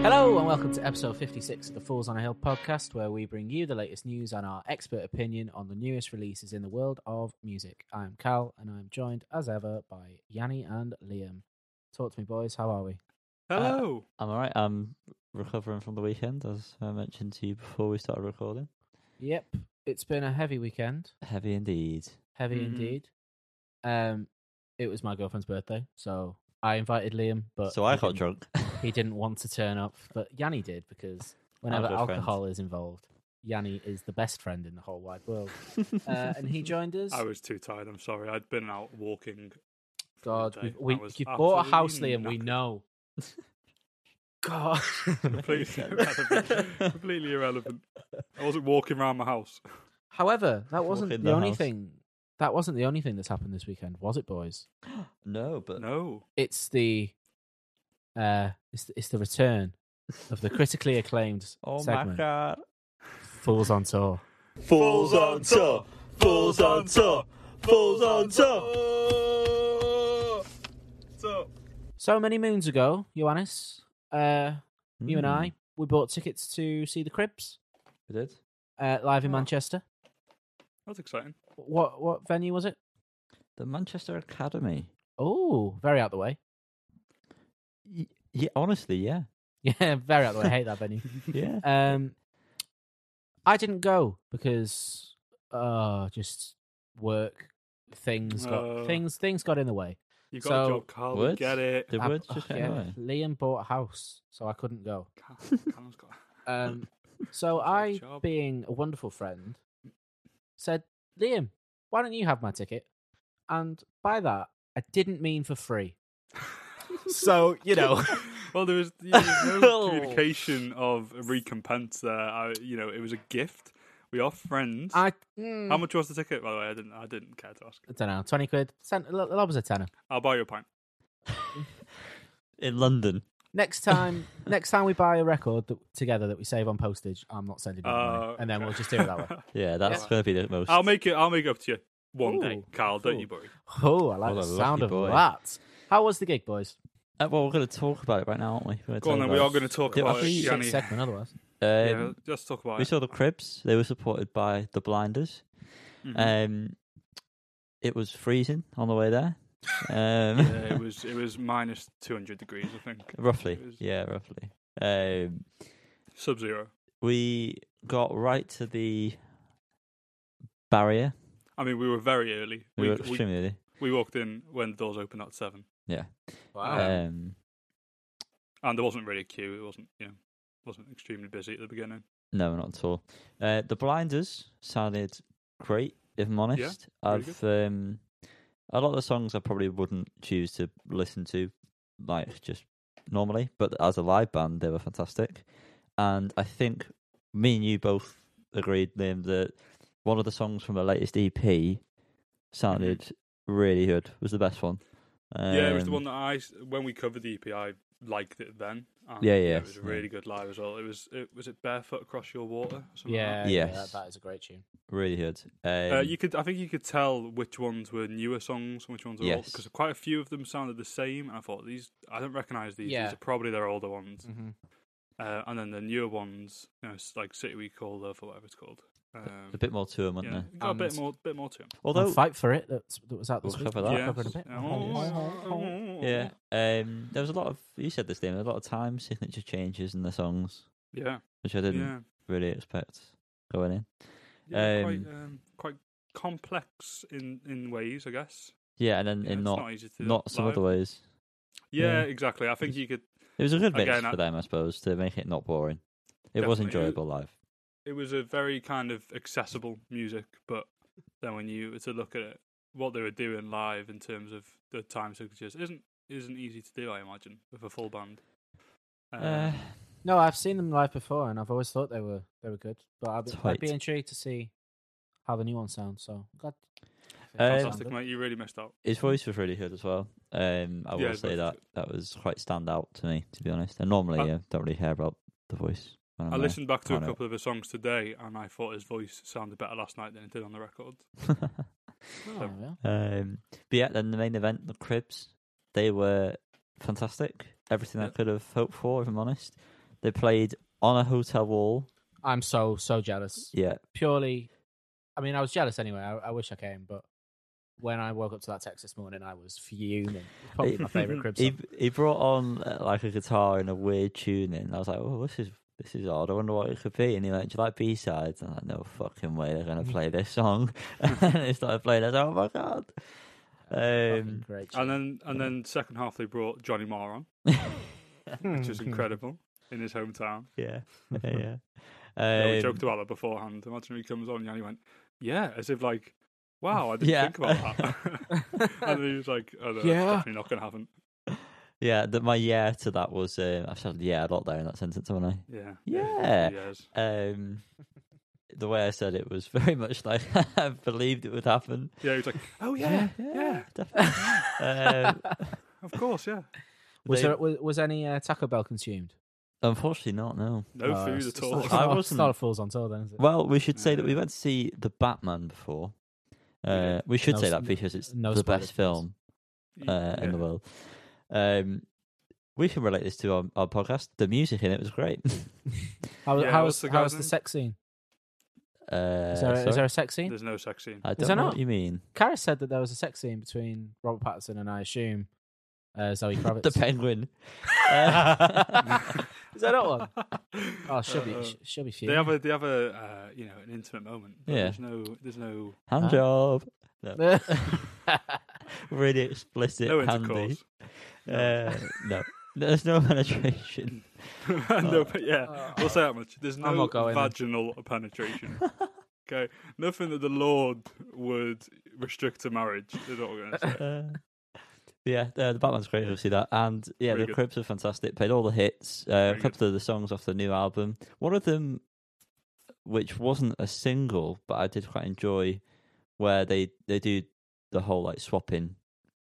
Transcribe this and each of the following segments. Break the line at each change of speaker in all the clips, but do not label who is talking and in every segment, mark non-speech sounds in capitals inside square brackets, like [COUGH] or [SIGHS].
Hello and welcome to episode 56 of the Fools on a Hill podcast, where we bring you the latest news and our expert opinion on the newest releases in the world of music. I'm Cal, and I'm joined as ever by Yanni and Liam. Talk to me, boys. How are we?
Uh, Hello.
I'm all right. I'm recovering from the weekend, as I mentioned to you before we started recording.
Yep, it's been a heavy weekend.
Heavy indeed.
Heavy
Mm-hmm.
Mhm.
indeed. Um, it was my girlfriend's birthday, so I invited Liam, but
so I
he
got
didn't-
drunk.
[LAUGHS] He didn't want to turn up, but Yanni did because whenever
good friend.
alcohol is involved, Yanni is the best friend in the whole wide world. Uh, and
[LAUGHS]
he joined us.
I was too tired. I'm sorry. I'd been out walking.
God,
day.
we've,
I
we,
was
you've bought a
absolutely
house, Liam. We
knackered.
know. [LAUGHS] God, [LAUGHS]
Completely irrelevant. Completely irrelevant. I wasn't walking around my house.
However, that wasn't
in
the
the
only
house.
thing. That wasn't the only thing that's happened this weekend, was it, boys?
no, but
No.
It's the, uh, it's the, it's the return of the critically acclaimed
oh my
segment,
god!
Fools on Tour.
Fools on top. Fools on top. Fools on top.
So many moons ago, Ioannis, uh, you and I,
Hmm.
we bought tickets to see the Cribs
We did.
uh, live in
Oh.
Manchester.
That's exciting.
What what venue was it?
The Manchester Academy.
Oh, very out the way. [LAUGHS]
Y- yeah, honestly, yeah,
Yeah, very out the way. I hate that venue.
yeah.
Um, I didn't go because uh just work things got
Oh.
things things got in the way.
You got
So-
a job, Carl.
Words?
Get
[LAUGHS]
it.
The
I-
words
oh,
just
yeah,
came away.
Liam bought a house, so I couldn't go.
Cal- Cal's got- [LAUGHS]
Um, so
Good
I,
job.
being a wonderful friend, said, Liam, why don't you have my ticket? And by that, I didn't mean for
[LAUGHS]
free. so you know,
Well, there was, there was no
[LAUGHS] Oh.
communication of a recompense there. I, you know, it was a gift. We are friends.
[LAUGHS] I mm,
How much was the ticket, by the way? I didn't. I didn't care to ask.
I don't know, twenty quid. Cent, lo- lo- was a tenner.
I'll buy you a pint.
In London.
Next time, next time we buy a record that, together that we save on postage, I'm not sending you money,
Uh,
and then
okay.
we'll just do it that way.
[LAUGHS]
Yeah, that's
Yeah.
gonna be the most.
I'll make it. I'll make it up to you one day,
Ooh,
Carl. Don't
cool.
you worry.
Oh, I like
What
the
a
sound
lucky
of
boy.
that. How was the gig, boys?
Uh, well, we're gonna talk about it right now, aren't we? We're gonna
Go on
talk
then. We
about
are
it.
going to talk
Yeah,
about
I
it.
think-
Shit
Yanni.
segment, otherwise.
Um,
Yeah, just talk about
We
it.
saw the Cribs. They were supported by the Blinders.
Mhm.
Um, it was freezing on the
[LAUGHS]
way there. Um, [LAUGHS]
Yeah, it was it was minus two hundred degrees, I think,
roughly,
it was-
yeah, roughly. Um,
sub zero.
we got right to the barrier.
I mean, we were very early.
We,
We
were
we,
extremely early.
we walked in when the doors opened at seven, Wow.
Um,
and there wasn't really a queue. It wasn't you know wasn't extremely busy at the beginning.
no, not at all. Uh, the Blinders sounded great, if I'm honest.
really
I've um, a lot of the songs I probably wouldn't choose to listen to, like just normally. But as a live band, they were fantastic, and I think me and you both agreed, Liam, that one of the songs from the latest EP
Mm-hmm.
sounded really good. Was the best one.
yeah, it was the
Um,
one that I s- when we covered the EP, I liked it then. And
Yeah,
you know,
yeah,
It was a
yeah.
really good live as well. It was it was it barefoot across your water. or [LAUGHS] something like
Yeah,
that?
yeah, that,
Yes.
that is a great tune.
really good. Um,
Uh, you could, I think, you could tell which ones were newer songs and which ones were old
Yes.
because quite a few of them sounded the same. And I thought these, I don't recognise these.
Yeah.
These are probably their older ones.
Mm.
Mm-hmm.
Uh, and then the newer ones, you know, it's like City We Call Love or whatever it's called. Um,
a bit more to them, weren't
yeah,
there?
got a bit
And-
more, bit more to them.
Although
fight for it. That's, that was out this
We'll
week.
cover that.
We'll cover it in a
[LAUGHS]
bit.
Oh,
[LAUGHS] Yeah. Um, there was a lot of you said this thing. A lot of time signature changes in the songs,
yeah,
which I
yeah,
didn't really expect going in.
Yeah,
Um,
quite, um, quite complex in in ways, I guess.
Yeah, and then
Yeah,
in
it's
not
not easy to do
not some
live.
other ways.
Yeah,
yeah.
exactly. I think you could.
It was a good mix
Again, I-
for them, I suppose, to make it not boring. It was
Definitely.
enjoyable live.
It was a very kind of accessible music, but then when you were to look at it, what they were doing live in terms of the time signatures isn't isn't easy to do. I imagine with a full band. Um,
Uh,
No, I've seen them live before, and I've always thought they were they were good. But I'd be, I'd be
Tight.
intrigued to see how the new one sounds. So glad.
Uh,
fantastic,
Sounded.
mate. You really missed out.
his voice was really good as well. Um, I
Yeah,
will
his
say
voice was
that that was quite standout to me, to be honest. And normally,
I-
I don't really care about the voice. when I'm
I
there.
listened back to a
I know.
couple of his songs today, and I thought his voice sounded better last night than it did on the record.
[LAUGHS]
Oh, yeah.
Um, but yeah, then the main event, the Cribs, they were fantastic. Everything I
Yeah.
could have hoped for, if I'm honest. They played on a hotel wall.
I'm so so jealous.
Yeah,
Purely, I mean, I was jealous anyway. I, I wish I came, but when I woke up to that text this morning, I was fuming. Probably my
[LAUGHS]
favorite crib
he
song.
he brought on uh, like a guitar and a weird tuning. and I was like, oh, this is this is odd. I wonder what it could be. And he went, do you like B sides? I'm like, no fucking way. They're gonna play this song. [LAUGHS] and he started playing. I was like, oh my god. [LAUGHS]
Fucking
Um,
great.
And then and then second half they brought Johnny Marr on, which
Hmm,
is
Mm-hmm.
incredible in his hometown.
yeah, yeah.
[LAUGHS] Yeah, we
Um,
joked about that beforehand. Imagine he comes on and he went, "Yeah," as if like, "Wow, I didn't
Yeah.
think about that." [LAUGHS] and then he was like, "Oh no,
Yeah.
that's definitely not gonna happen."
yeah, that my yeah to that was uh, I've said yeah a lot there in that sentence, haven't I?
Yeah,
Yeah.
Yes.
Um, the way I said it was [LAUGHS] very much like I believed it would happen.
Yeah, he was like, "Oh yeah, yeah,
[LAUGHS]
definitely. um,
of course, yeah."
was
they-
there was, was any uh, Taco Bell consumed?
Unfortunately, not no.
No
Oh,
food
it's-
at
it's
all. [LAUGHS]
not- It's
I
not, it's
wasn't.
not a fool's on tour then, is it?
Well, we should say that we
No.
went to see the Batman before.
We did.
Uh, we should
No
say
s-
that because it's
no
the
spoiler,
best
please.
film uh, in the
Yeah.
world. Um, we can relate this to our, our podcast. The music in it was great.
How,
Yeah,
how,
what's
was,
the
how
guy's
was the
name?
sex scene?
Uh,
Is, there,
sorry?
is there a sex scene?
There's no sex scene. [LAUGHS]
I
there
don't know
not?
what you mean.
Karis said that there was a sex scene between Robert Pattinson and I assume uh, Zoe Kravitz.
[LAUGHS] The penguin.
[LAUGHS]
Uh, [LAUGHS]
Is that that one? Oh, she'll
Uh,
be
uh,
sh- she'll be
They
fuming.
have a they have a uh, you know an intimate moment. But
Yeah.
There's no there's no
hand
Ah.
job.
[LAUGHS]
[LAUGHS] That's
Really explicit.
no
handy.
intercourse.
Uh, no, there's
[LAUGHS]
no [LAUGHS] penetration.
no, but yeah, we'll say that much. There's
I'm
no
not going then.
vaginal penetration. okay, nothing that the Lord would restrict to marriage. Is what
[LAUGHS]
we're gonna say.
Uh, yeah, uh, the Batman's great. You'll see that, and yeah,
Very
the
good.
Crips are fantastic. Played all the hits, uh,
Very
a couple of the songs off the new album. One of them, which wasn't a single, but I did quite enjoy, where they they do the whole like swapping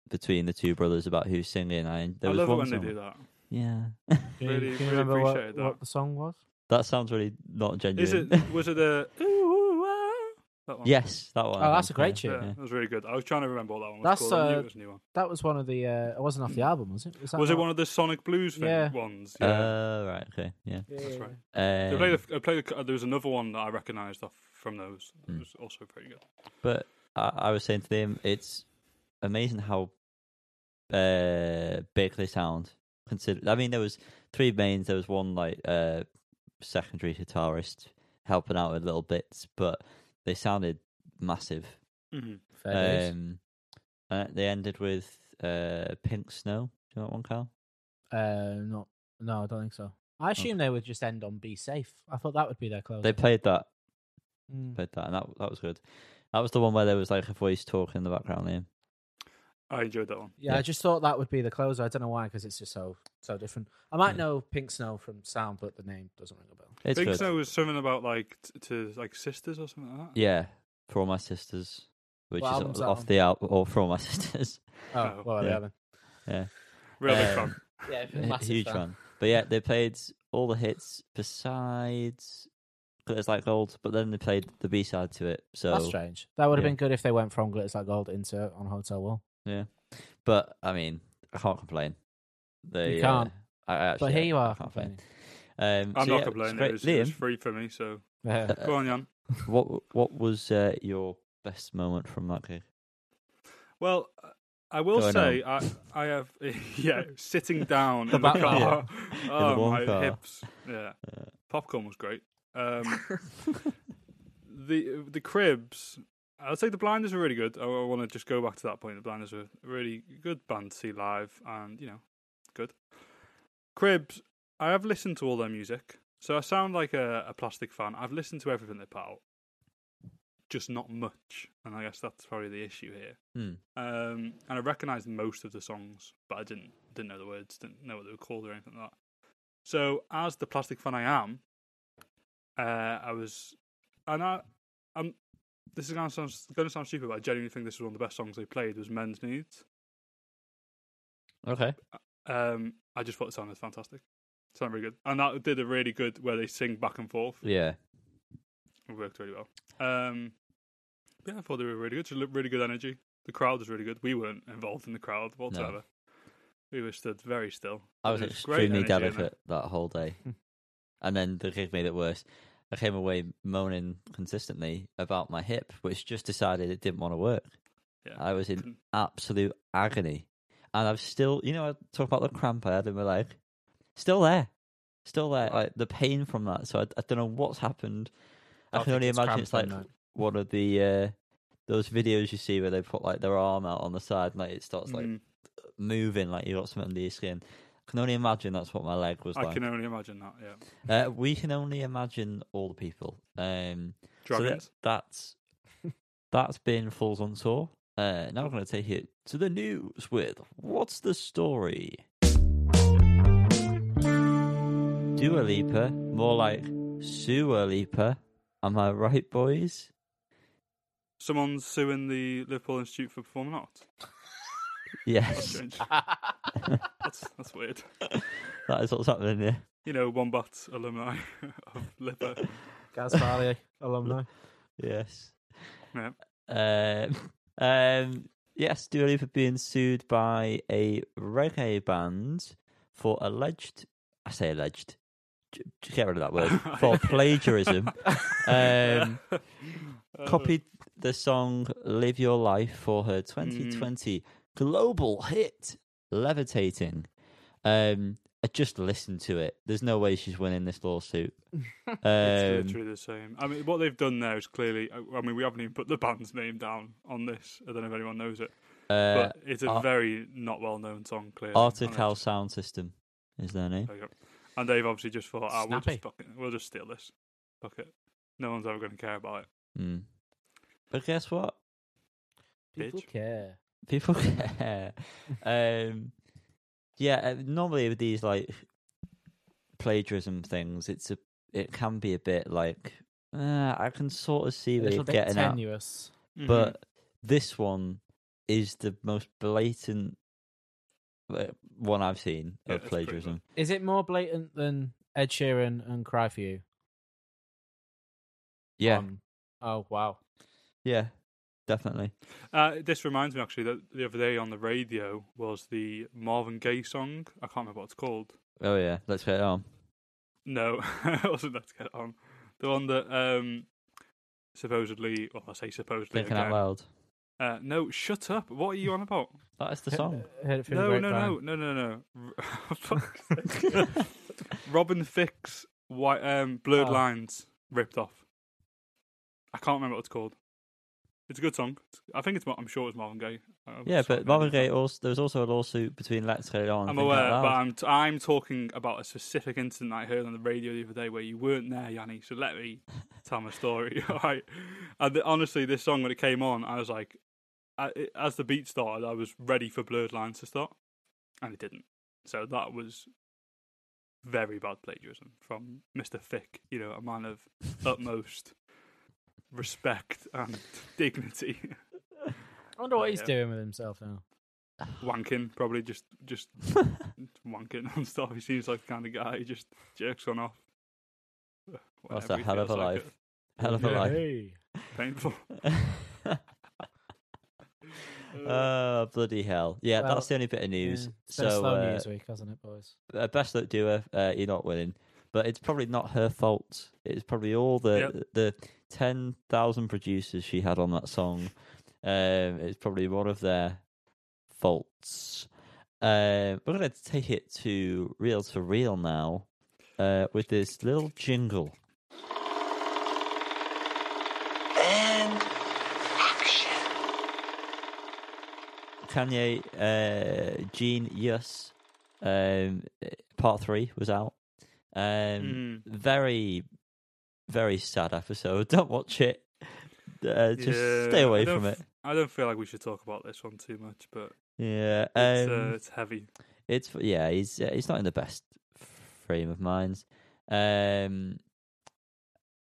between the two brothers about who's singing. I there
I
was
love it
one
when
song.
they do that.
Yeah,
Can you-
Really-
can you
really
remember what,
appreciate that.
what the song was?
that sounds really not genuine.
Is
[LAUGHS]
it? Was it a? ooh, ooh, ah? That one.
yes, that
Oh,
one. I
that's
think,
a great
Yeah,
yeah,
yeah.
that was really good. I was trying to remember what that one was
That's,
called. I knew
uh,
it was a new one.
That was one of the. Uh, it wasn't off the album, was it? that
Was it
not-
one of the Sonic Blues thing
Yeah.
ones?
Uh, right. Okay. Yeah.
Yeah,
That's
yeah,
right.
yeah.
Um,
They played. The, I played. The, there was another one that I recognised off from those.
Mm.
It was also pretty good.
But I, I was saying to them, it's amazing how uh, big they sound. Consider, I mean, there was three mains. There was one like uh, secondary guitarist helping out with little bits, but they sounded massive.
Mm-hmm.
Fair dues.
um, and they ended with uh, Pink Snow. Do you know that one, Carl?
Uh, not. No, I don't think so. I assume they would just end on "Be Safe." I thought that would be their close.
They played that,
Mm.
played that, and that that was good. That was the one where there was like a voice talking in the background. Liam.
I enjoyed that one.
Yeah,
Yeah.
I just thought that would be the closer. I don't know why, because it's just so so different. I might
Yeah.
know Pink Snow from sound, but the name doesn't ring a
[LAUGHS]
bell.
It's
Big
good.
Snow was something about like t- to like sisters or something like that.
Yeah, for all my sisters, which
What album's
is
that
off
on?
the album, or for all my [LAUGHS] sisters.
Oh,
Oh,
well,
yeah.
yeah. then.
Real big
Um,
fan.
[LAUGHS] Yeah,
A
massive
huge
fan.
one. But yeah, they played all the hits besides Glitters Like Gold, but then they played the B side to it.
That's
So,
strange. That would have
yeah.
been good if they went from Glitters Like Gold into On Hotel Wall.
but I mean, I can't complain. They,
You can't.
Uh, I I actually,
but here you
I
are
can't
complaining.
complain. Um,
I'm
so
not
yeah,
complaining. It
It's
was,
great.
it was
Liam,
free for me. So
[LAUGHS]
Yeah.
Uh,
go on, Jan.
what what was uh, your best moment from that gig?
Well, uh, I will
Going
say I, I have [LAUGHS] yeah sitting
[LAUGHS]
down
The
in the
back row.
car. [LAUGHS]
the
Oh
warm
my
car.
hips. Yeah,
Uh,
popcorn was great. Um, the the cribs. I'd say the blinders were really good. I, I want to just go back to that point. The blinders were a really good band to see live, and you know, good. Cribs. I have listened to all their music, so I sound like a, a plastic fan. I've listened to everything they put out, just not much, and I guess that's probably the issue here
[LAUGHS] hmm.
um, and I recognised most of the songs, but I didn't didn't know the words, didn't know what they were called or anything like that. So, as the plastic fan I am, uh, I was, and I, I'm. This is going to sound going to sound stupid, but I genuinely think this was one of the best songs they played. Was Men's Needs.
Okay.
Um, I just thought it sounded fantastic. It sounded really good, and that did a really good where they sing back and forth.
Yeah.
It worked really well. Um, yeah, I thought they were really good. Just looked really good energy. The crowd was really good. We weren't involved in the crowd whatsoever. We were stood very still.
I
But
was
there great
extremely
energy in there.
delicate that whole day. And then the gig made it worse. I came away moaning consistently about my hip, which just decided it didn't want to work.
Yeah.
I was in
Couldn't-
absolute agony. And I've still, you know, I talk about the cramp I had in my leg. Still there. Still there. Like the pain from that. So I, I don't know what's happened. I,
don't
can
think
only imagine
cramped
it's like
from that.
one of the, uh, those videos you see where they put like their arm out on the side and like it starts like
Mm,
moving like you got something under your skin. I can only imagine that's what my leg was
I
like.
can only imagine that. Yeah.
Uh, we can only imagine all the people. Um, so that-
Dragons. [LAUGHS]
that's that's been Falls on Tour. Uh, now we're going to take it to the news with What's the Story? Dua Lipa, more like Sua Lipa. Am I right, boys?
Someone's suing the Liverpool Institute for Performing Arts. That's
Yes,
strange. that's that's weird.
[LAUGHS] that is what's happening here.
You know, Wombat's alumni [LAUGHS] of Lipper.
Gaz Farley [LAUGHS] alumni.
Yes.
Yeah.
Um, um, yes, Dua Lipa being sued by a reggae band for alleged, I say alleged, j- j- get rid of
[LAUGHS]
that word, for plagiarism. [LAUGHS] Um,
Uh,
copied the song Live Your Life for her
Mm.
2020 global hit, Levitating. Um, I just listened to it. There's no way she's winning this lawsuit.
Uh,
It's
Um,
literally the same. I mean, what they've done there is clearly. uh, I I mean, we haven't even put the band's name down on this. I don't know if anyone knows it,
uh,
but it's a
Ar-
very not well-known song. Clearly,
Arctic
And they've
House Sound System is their name.
There you go. And they've obviously just thought, ah, we'll
Snappy.
just fucking, we'll just steal this. Fuck it. No one's ever going to care about it.
Mm. But guess what? [LAUGHS]
People
Bitch.
care.
People care. um, yeah, uh, normally with these like plagiarism things, it's a it can be a bit like uh, I can sort of see
A
where
little
you're
bit
getting at,
tenuous.
Mm-hmm.
Mm-hmm.
but this one is the most blatant uh, one I've seen
Yeah,
of
it's pretty good.
plagiarism.
Is it more blatant than Ed Sheeran and Cry for You?
Yeah,
on- oh wow.
yeah, definitely.
Uh, this reminds me actually that the other day on the radio was the Marvin Gaye song. I can't remember what it's called.
Oh yeah, let's get it on.
No, [LAUGHS] it wasn't Let's Get On. The one that um, supposedly, well, I say supposedly.
Thinking out
Again.
loud.
Uh, no, shut up. What are you on about? [LAUGHS]
That is the song.
Heard it through
No,
the
no,
grapevine.
no, no, no, no, [LAUGHS] Fuck's sake. Robin Thicke's white, um, Blurred
Oh.
Lines ripped off. I can't remember what it's called. It's a good song. I think it's. Mar- I'm sure it's Marvin Gaye. I-
Yeah,
sorry,
but
I
Marvin
didn't-
Gaye also there was also a lawsuit between Let's Get It On. and
I'm
Think Out
aware,
Loud.
but I'm t- I'm talking about a specific incident I heard on the radio the other day where you weren't there, Yanni. So let me tell my story. [LAUGHS] All right. And th- honestly, this song when it came on, I was like, I, it, as the beat started, I was ready for Blurred Lines to start, and it didn't. So that was very bad plagiarism from Mr. Thick. You know, a man of utmost respect and [LAUGHS]
[LAUGHS]
dignity.
I wonder what he's
Yeah.
doing with himself now.
wanking, probably just just wanking [LAUGHS] and stuff. He seems like the kind of guy who just jerks on off.
That's
Whenever
a
he
hell of a
feels like
life. [LAUGHS] Hell of a
Yeah.
life. [LAUGHS]
Hey.
it. Painful. Uh.
oh bloody hell! Yeah,
Well,
that's the only bit of
Yeah,
news.
It's been a
so
slow
uh,
news week, hasn't it, boys?
uh, best luck to her. Uh, you're not winning, but it's probably not her fault. It's probably all the the ten thousand producers she had on that song. Um, it's probably one of their faults. Uh, we're going to take it to real to real now uh, with this little jingle.
And action.
Kanye, uh, Gene, yes, um, part three was out. [LAUGHS] Um,
Mm.
Very, very sad episode. [LAUGHS] Don't watch it. Uh, just
Yeah, I
stay away
don't
from it.
f- I don't feel like we should talk about this one too much, but
Yeah,
it's,
um,
uh, it's heavy.
it's yeah. He's uh, he's not in the best frame of mind, um,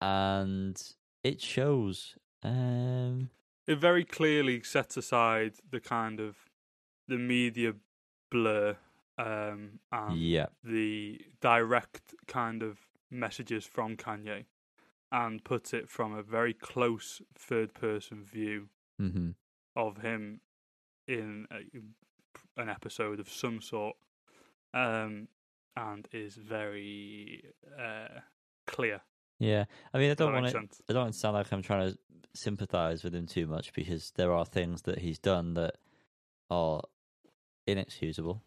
and it shows. Um,
It very clearly sets aside the kind of the media blur um, and
yeah,
the direct kind of messages from Kanye and puts it from a very close third person view
hmm
of him in a, an episode of some sort. Um, and is very uh, clear.
Yeah, I mean, I
Does that
don't want
make
it.
sense?
I don't want to sound like I'm trying to sympathise with him too much because there are things that he's done that are inexcusable.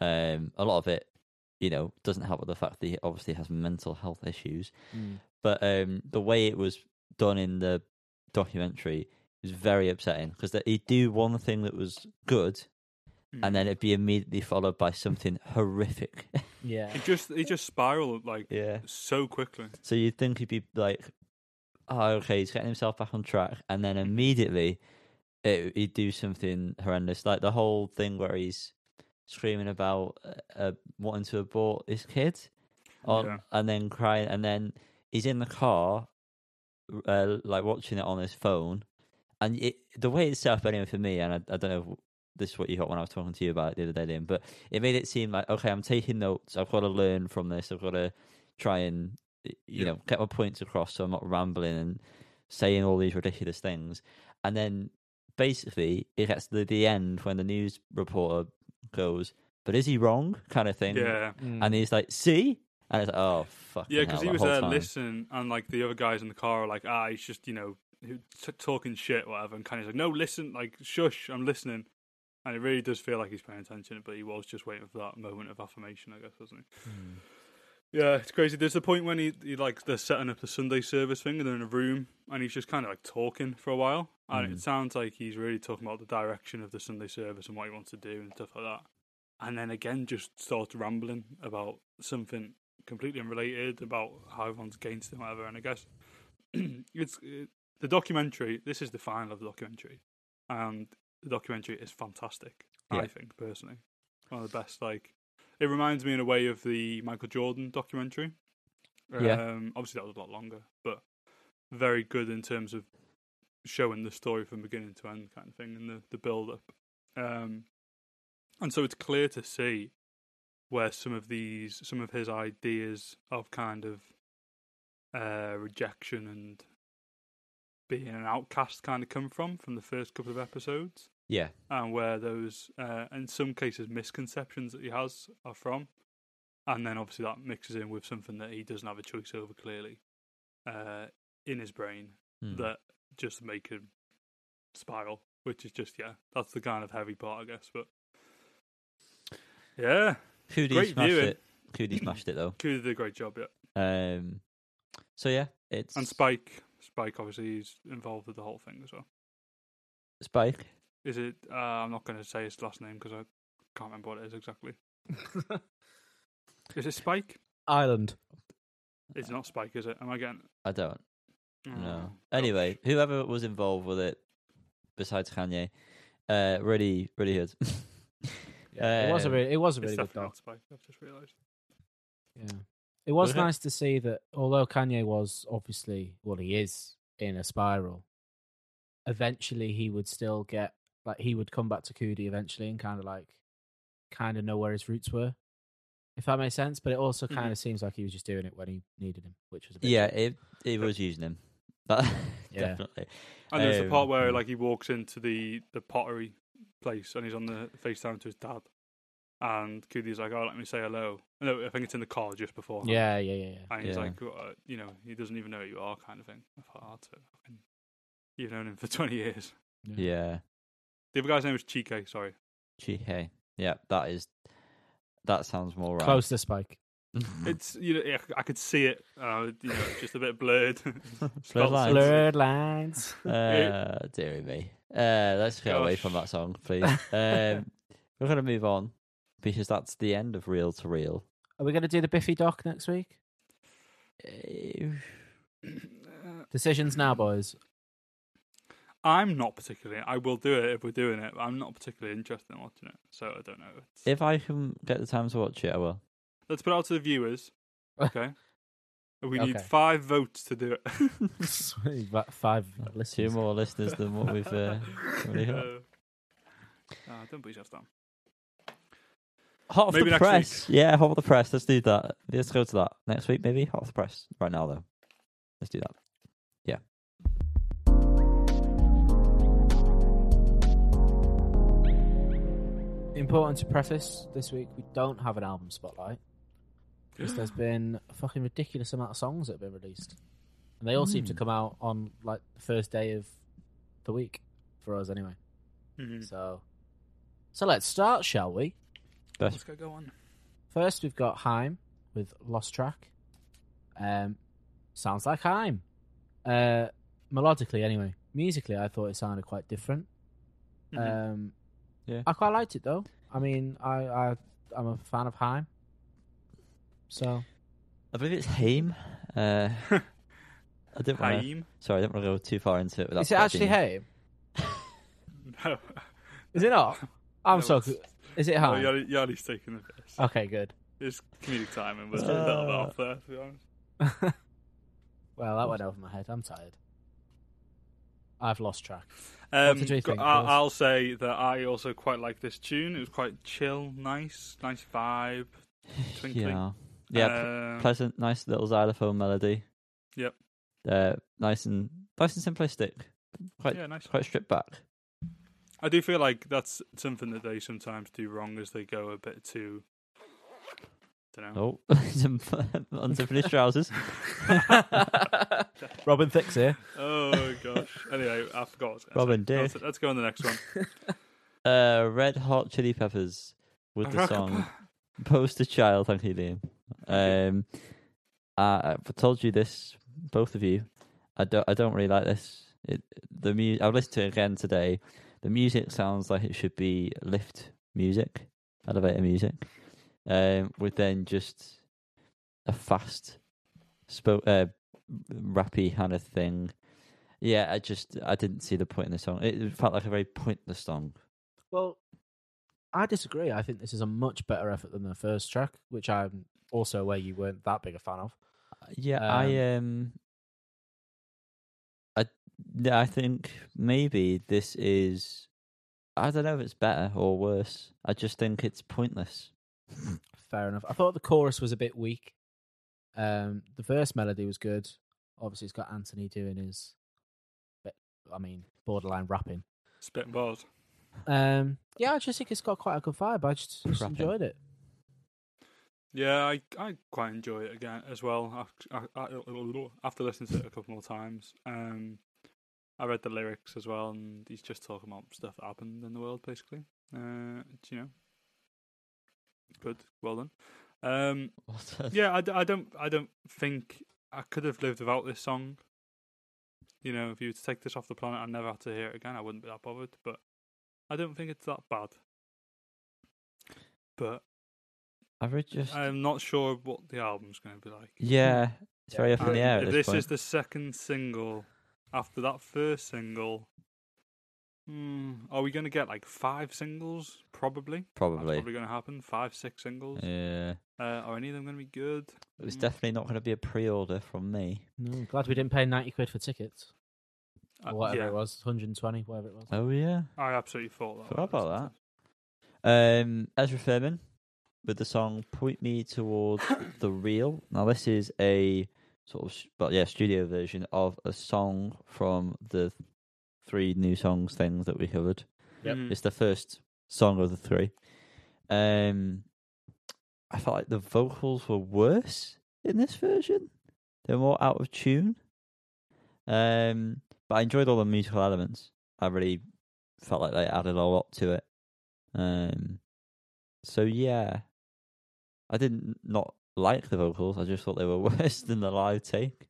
Um, a lot of it, you know, doesn't help with the fact that he obviously has mental health issues.
Hmm.
Mm.
But um, the way it was done in the documentary is very upsetting because he'd do one thing that was good,
Hmm.
and then it'd be immediately followed by something horrific.
Yeah.
It just it just spiraled like
yeah.
so quickly.
So you'd think he'd be like, "Oh, okay, he's getting himself back on track," and then immediately it, he'd do something horrendous, like the whole thing where he's screaming about uh, uh, wanting to abort his kid, on,
Yeah.
and then crying, and then he's in the car, uh, like watching it on his phone, and it, the way it's set up anyway for me, and I, I don't know. If, this is what you got when I was talking to you about it the other day, Liam. But it made it seem like okay, I'm taking notes. I've got to learn from this. I've got to try and you
Yeah.
know get my points across so I'm not rambling and saying all these ridiculous things. And then basically it gets to the end when the news reporter goes, "But is he wrong?" kind of thing.
Yeah,
Mm.
And he's like, "See," and it's like, "Oh fuck."
yeah, because he was there listening, and like the other guys in the car are like, ah, he's just you know who- t- talking shit, whatever. And Kanye's like, no, listen, like shush, I'm listening. And it really does feel like he's paying attention, but he was just waiting for that moment of affirmation, I guess, wasn't he? Yeah, it's crazy. There's the point when he, he like they're setting up the Sunday service thing, and they're in a room, and he's just kind of like talking for a while, and it sounds like he's really talking about the direction of the Sunday service and what he wants to do and stuff like that. And then again, just starts rambling about something completely unrelated about how everyone's against him, whatever. And I guess [CLEARS THROAT] it's it, the documentary. This is the final of the documentary, and the documentary is fantastic.
Yeah.
I think personally, one of the best. Like it reminds me in a way of the Michael Jordan documentary.
Yeah.
Um, obviously, that was a lot longer, but very good in terms of showing the story from beginning to end, kind of thing, and the, the build up. Um, and so it's clear to see where some of these, some of his ideas of kind of uh, rejection and being an outcast kind of come from, from the first couple of episodes
Yeah,
and where those, uh, in some cases, misconceptions that he has are from. And then obviously that mixes in with something that he doesn't have a choice over clearly uh, in his brain
Hmm.
that just make him spiral, which is just, yeah, that's the kind of heavy part, I guess. But yeah,
Coody
Great
smashed
viewing.
it. Coody smashed it though.
Kuda did a great job, yeah.
Um, so yeah, it's
And Spike, Spike obviously is involved with the whole thing as well.
Spike.
Is it, uh, I'm not going to say his last name because I can't remember what it is exactly. [LAUGHS] Is it Spike?
Hmm. Ireland.
It's not Spike, is it? Am I getting.
I don't.
Mm.
No. Anyway, whoever was involved with it, besides Kanye, uh, really, really good. [LAUGHS]
it was a
Um,
really, it was a
It's
really good
definitely
doc.
not Spike. I've just realised.
Yeah. It was,
Was it?
nice to see that although Kanye was obviously, well, he is in a spiral, eventually he would still get, like, he would come back to Coody eventually and kind of like, kind of know where his roots were, if that makes sense. But it also kind of seems like he was just doing it when he needed him, which was a bit.
Mm-hmm. yeah, it it was using him, [LAUGHS] but
Yeah.
[LAUGHS] definitely.
And there's the
Um,
part where like he walks into the the pottery place and he's on the FaceTime to his dad, and Kudi's like, "Oh, let me say hello." No, I think it's in the car just before.
Yeah, yeah, yeah, yeah.
And he's
Yeah.
like, uh, you know, he doesn't even know who you are, kind of thing. I thought, oh, that's it. Fucking- You've known him for [LAUGHS] 20 years.
Mm.
Yeah,
The other guy's name was Chike, sorry.
gee, hey, yeah, that is that sounds more right. [LAUGHS]
Close [LAUGHS] to Spike.
Mm.
It's, you know, yeah, I could see it, uh, you know, it's just a bit blurred. [LAUGHS]
Blurred
Spelt-
lines.
Blurred lines.
Uh, dearie me. Uh, let's get away from that song, please.
[LAUGHS]
Um, we're gonna move on because that's the end of Real to Real.
Are we going to do the Biffy doc next week?
Uh,
Decisions now,
[LAUGHS]
boys.
Uh, I'm not particularly. I will do it if we're doing it. But I'm not particularly interested in watching it, so I don't know. It's,
If I can get the time to watch it, I will.
Let's put it out to the viewers. Okay. we need
Okay.
five votes to do it.
About five
Two
listeners.
more listeners than what we've.
[LAUGHS]
Uh, already got.
Uh, nah, don't put yourself down.
Hot off
Maybe
the
next week.
press. Yeah, hot off the press. Let's do that. Let's go to that next week, maybe. Hot off the press. Right now, though. Let's do that. Yeah.
Important to preface this week, we don't have an album spotlight. because
[GASPS]
there's been a fucking ridiculous amount of songs that have been released, and they all seem to
Mm.
come out on like the first day of the week for us anyway.
Mhm.
So, so let's start, shall we?
Best.
Let's go, go on.
First, we've got Heim with Lost Track. Um, sounds like Heim. Uh, melodically, anyway. Musically, I thought it sounded quite different.
Mhm.
Um,
Yeah.
I quite liked it though. I mean, I, I I'm a fan of Heim. So
I believe it's Haim.
[LAUGHS]
Uh, I didn't want to.
Haim?
Sorry, I didn't want to go too far into it. Without
is it actually
correcting
Heim?
No.
Is it not? I'm
[LAUGHS] No,
so. Oh.
it's-
co- Is it
Oh,
Heim?
Yali, Yali's taking the piss.
Okay, good. [LAUGHS]
It's comedic timing, but it's a little bit
Uh.
off there, to be honest.
Well, that went over my head. I'm tired. I've lost track.
Um,
did you
go-
think,
I,
Piers?
I'll say that I also quite like this tune. It was quite chill, nice, nice vibe,
[LAUGHS] you.
twinkling.
Yeah. Yeah. pl-
Um,
pleasant, nice little xylophone melody.
Yep.
Uh, nice and nice and simplistic. Quite
yeah, nice.
quite stripped back.
I do feel like that's something that they sometimes do wrong, is they go a bit too. Don't know.
Oh, [LAUGHS] some unfinished
[LAUGHS]
trousers.
Robin Thicke's here.
Oh
[LAUGHS]
gosh. Anyway, I forgot. what I was gonna
Robin
say.
Dick.
Let's, let's go on the next one.
Uh, Red Hot Chili Peppers with
[LAUGHS]
the song "Poster Child." Thank you, Liam. Um, I, I've told you this, both of you. I don't. I don't really like this. It, the mu- I've listened to it again today. The music sounds like it should be lift music, elevator music, um, with then just a fast, spo- uh, rappy kind of thing. Yeah, I just I didn't see the point in the song. It felt like a very pointless song.
Well, I disagree. I think this is a much better effort than the first track, which I'm also aware you weren't that big a fan of.
Yeah, I um, I yeah, I think maybe this is. I don't know if it's better or worse. I just think it's [LAUGHS] pointless.
Fair enough. I thought the chorus was a bit weak. Um, the verse melody was good. Obviously, it's got Anthony doing his, bit, I mean, borderline rapping.
Spit balls.
Um, yeah, I just think it's got quite a good vibe. I just, just
Rapping.
enjoyed it.
Yeah, I, I quite enjoy it again as well. After, after listening to it a couple more times, um, I read the lyrics as well, and he's just talking about stuff that happened in the world, basically. Uh, do you know, good, well done. Um,
What a-
yeah, I, d- I don't, I don't think I could have lived without this song. You know, if you were to take this off the planet and never had to hear it again, I wouldn't be that bothered. But I don't think it's that bad. But
I would just.
I'm not sure what the album's going to be like.
yeah, it's very
Yeah,
up in the
And
air at
if
this,
this
point.
is the second single after that first single. Hmm, are we going to get like five singles? Probably. That's
probably.
probably going to happen. Five, six singles.
Yeah,
Uh, are any of them going to be good?
it's
Mm.
definitely not going to be a pre-order from me.
No, I'm Mm, glad we didn't pay 90 quid for tickets.
Uh,
Or whatever
yeah,
it was, 120, whatever it was.
Oh yeah.
I absolutely thought that.
Forgot
was-
about Um, Ezra Furman with the song "Point Me [COUGHS] Towards the Real." Now, this is a sort of, s- but yeah, studio version of a song from the th- three new songs things that we covered.
Yep.
Mm.
It's the first song of the three. Um, I felt like the vocals were worse in this version; they were more out of tune. Um, but I enjoyed all the musical elements. I really felt like they added a lot to it. Um, so yeah, I didn't not like the vocals. I just thought they were [LAUGHS] worse than the live take.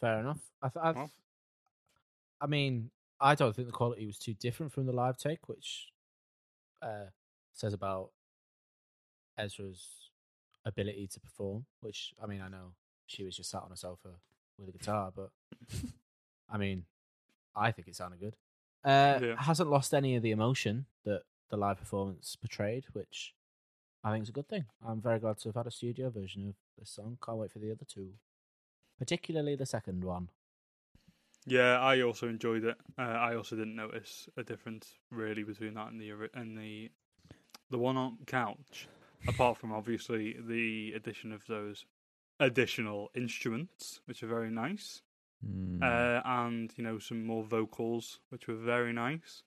Fair enough. I, th- I, th-
Well.
I mean, I don't think the quality was too different from the live take, which uh, says about Ezra's ability to perform. Which I mean, I know she was just sat on a sofa with a guitar, but I mean, I think it sounded good. Uh,
Yeah.
Hasn't lost any of the emotion that the live performance portrayed, which I think is a good thing. I'm very glad to have had a studio version of this song. Can't wait for the other two, particularly the second one.
Yeah, I also enjoyed it. Uh, I also didn't notice a difference really between that and the ori- and the the one on couch, apart from obviously the addition of those additional instruments, which are very nice,
Mm.
uh, and you know some more vocals, which were very nice.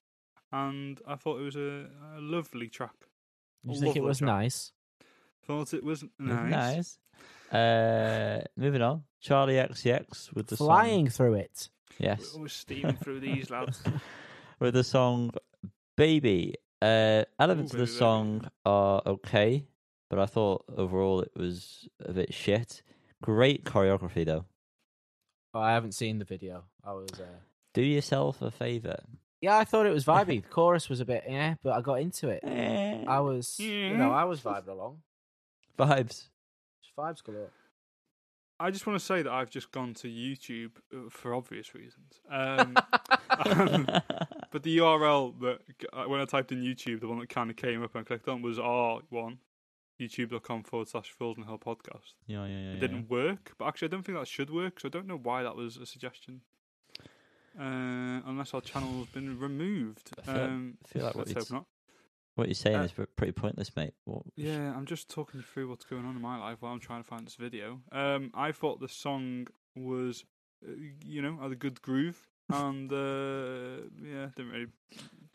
And I thought it was a, a lovely track.
You
I
think it
love
was
that track.
nice?
Thought it was nice.
Nice. Uh, moving on. Charlie XCX with the
Flying
Song,
through it.
yes.
We're steaming through these lads.
with the song Baby. Uh, elements
Ooh,
of
Baby,
the
Baby.
song are okay, but I thought overall it was a bit shit. Great choreography though.
Oh, I haven't seen the video. I was. Uh...
Do yourself a favor.
Yeah, I thought it [LAUGHS] was vibey. the chorus was a bit yeah, but I got into it. I
Eh,
was, you know, I was vibing along.
[LAUGHS]
[LAUGHS]
Vibes.
Just vibes galore.
I just want to say that I've just gone to YouTube uh, for obvious
[LAUGHS]
reasons. Um, [LAUGHS] but the URL that uh, when I typed in YouTube, the one that kind of came up and clicked on was r1 youtube.com forward slash Fools and Hill podcast.
yeah, yeah, yeah.
It didn't work, but actually, I don't think that should work, so I don't know why that was a suggestion. Uh, unless our channel's been removed.
I feel like-
Um,
I feel like what
let's hope
it's-
not.
What you're saying
Uh,
is pre- pretty pointless, mate. What,
Yeah, I'm just talking you through what's going on in my life while I'm trying to find this video. Um, I thought the song was, uh, you know, had a good groove, and uh, yeah, didn't really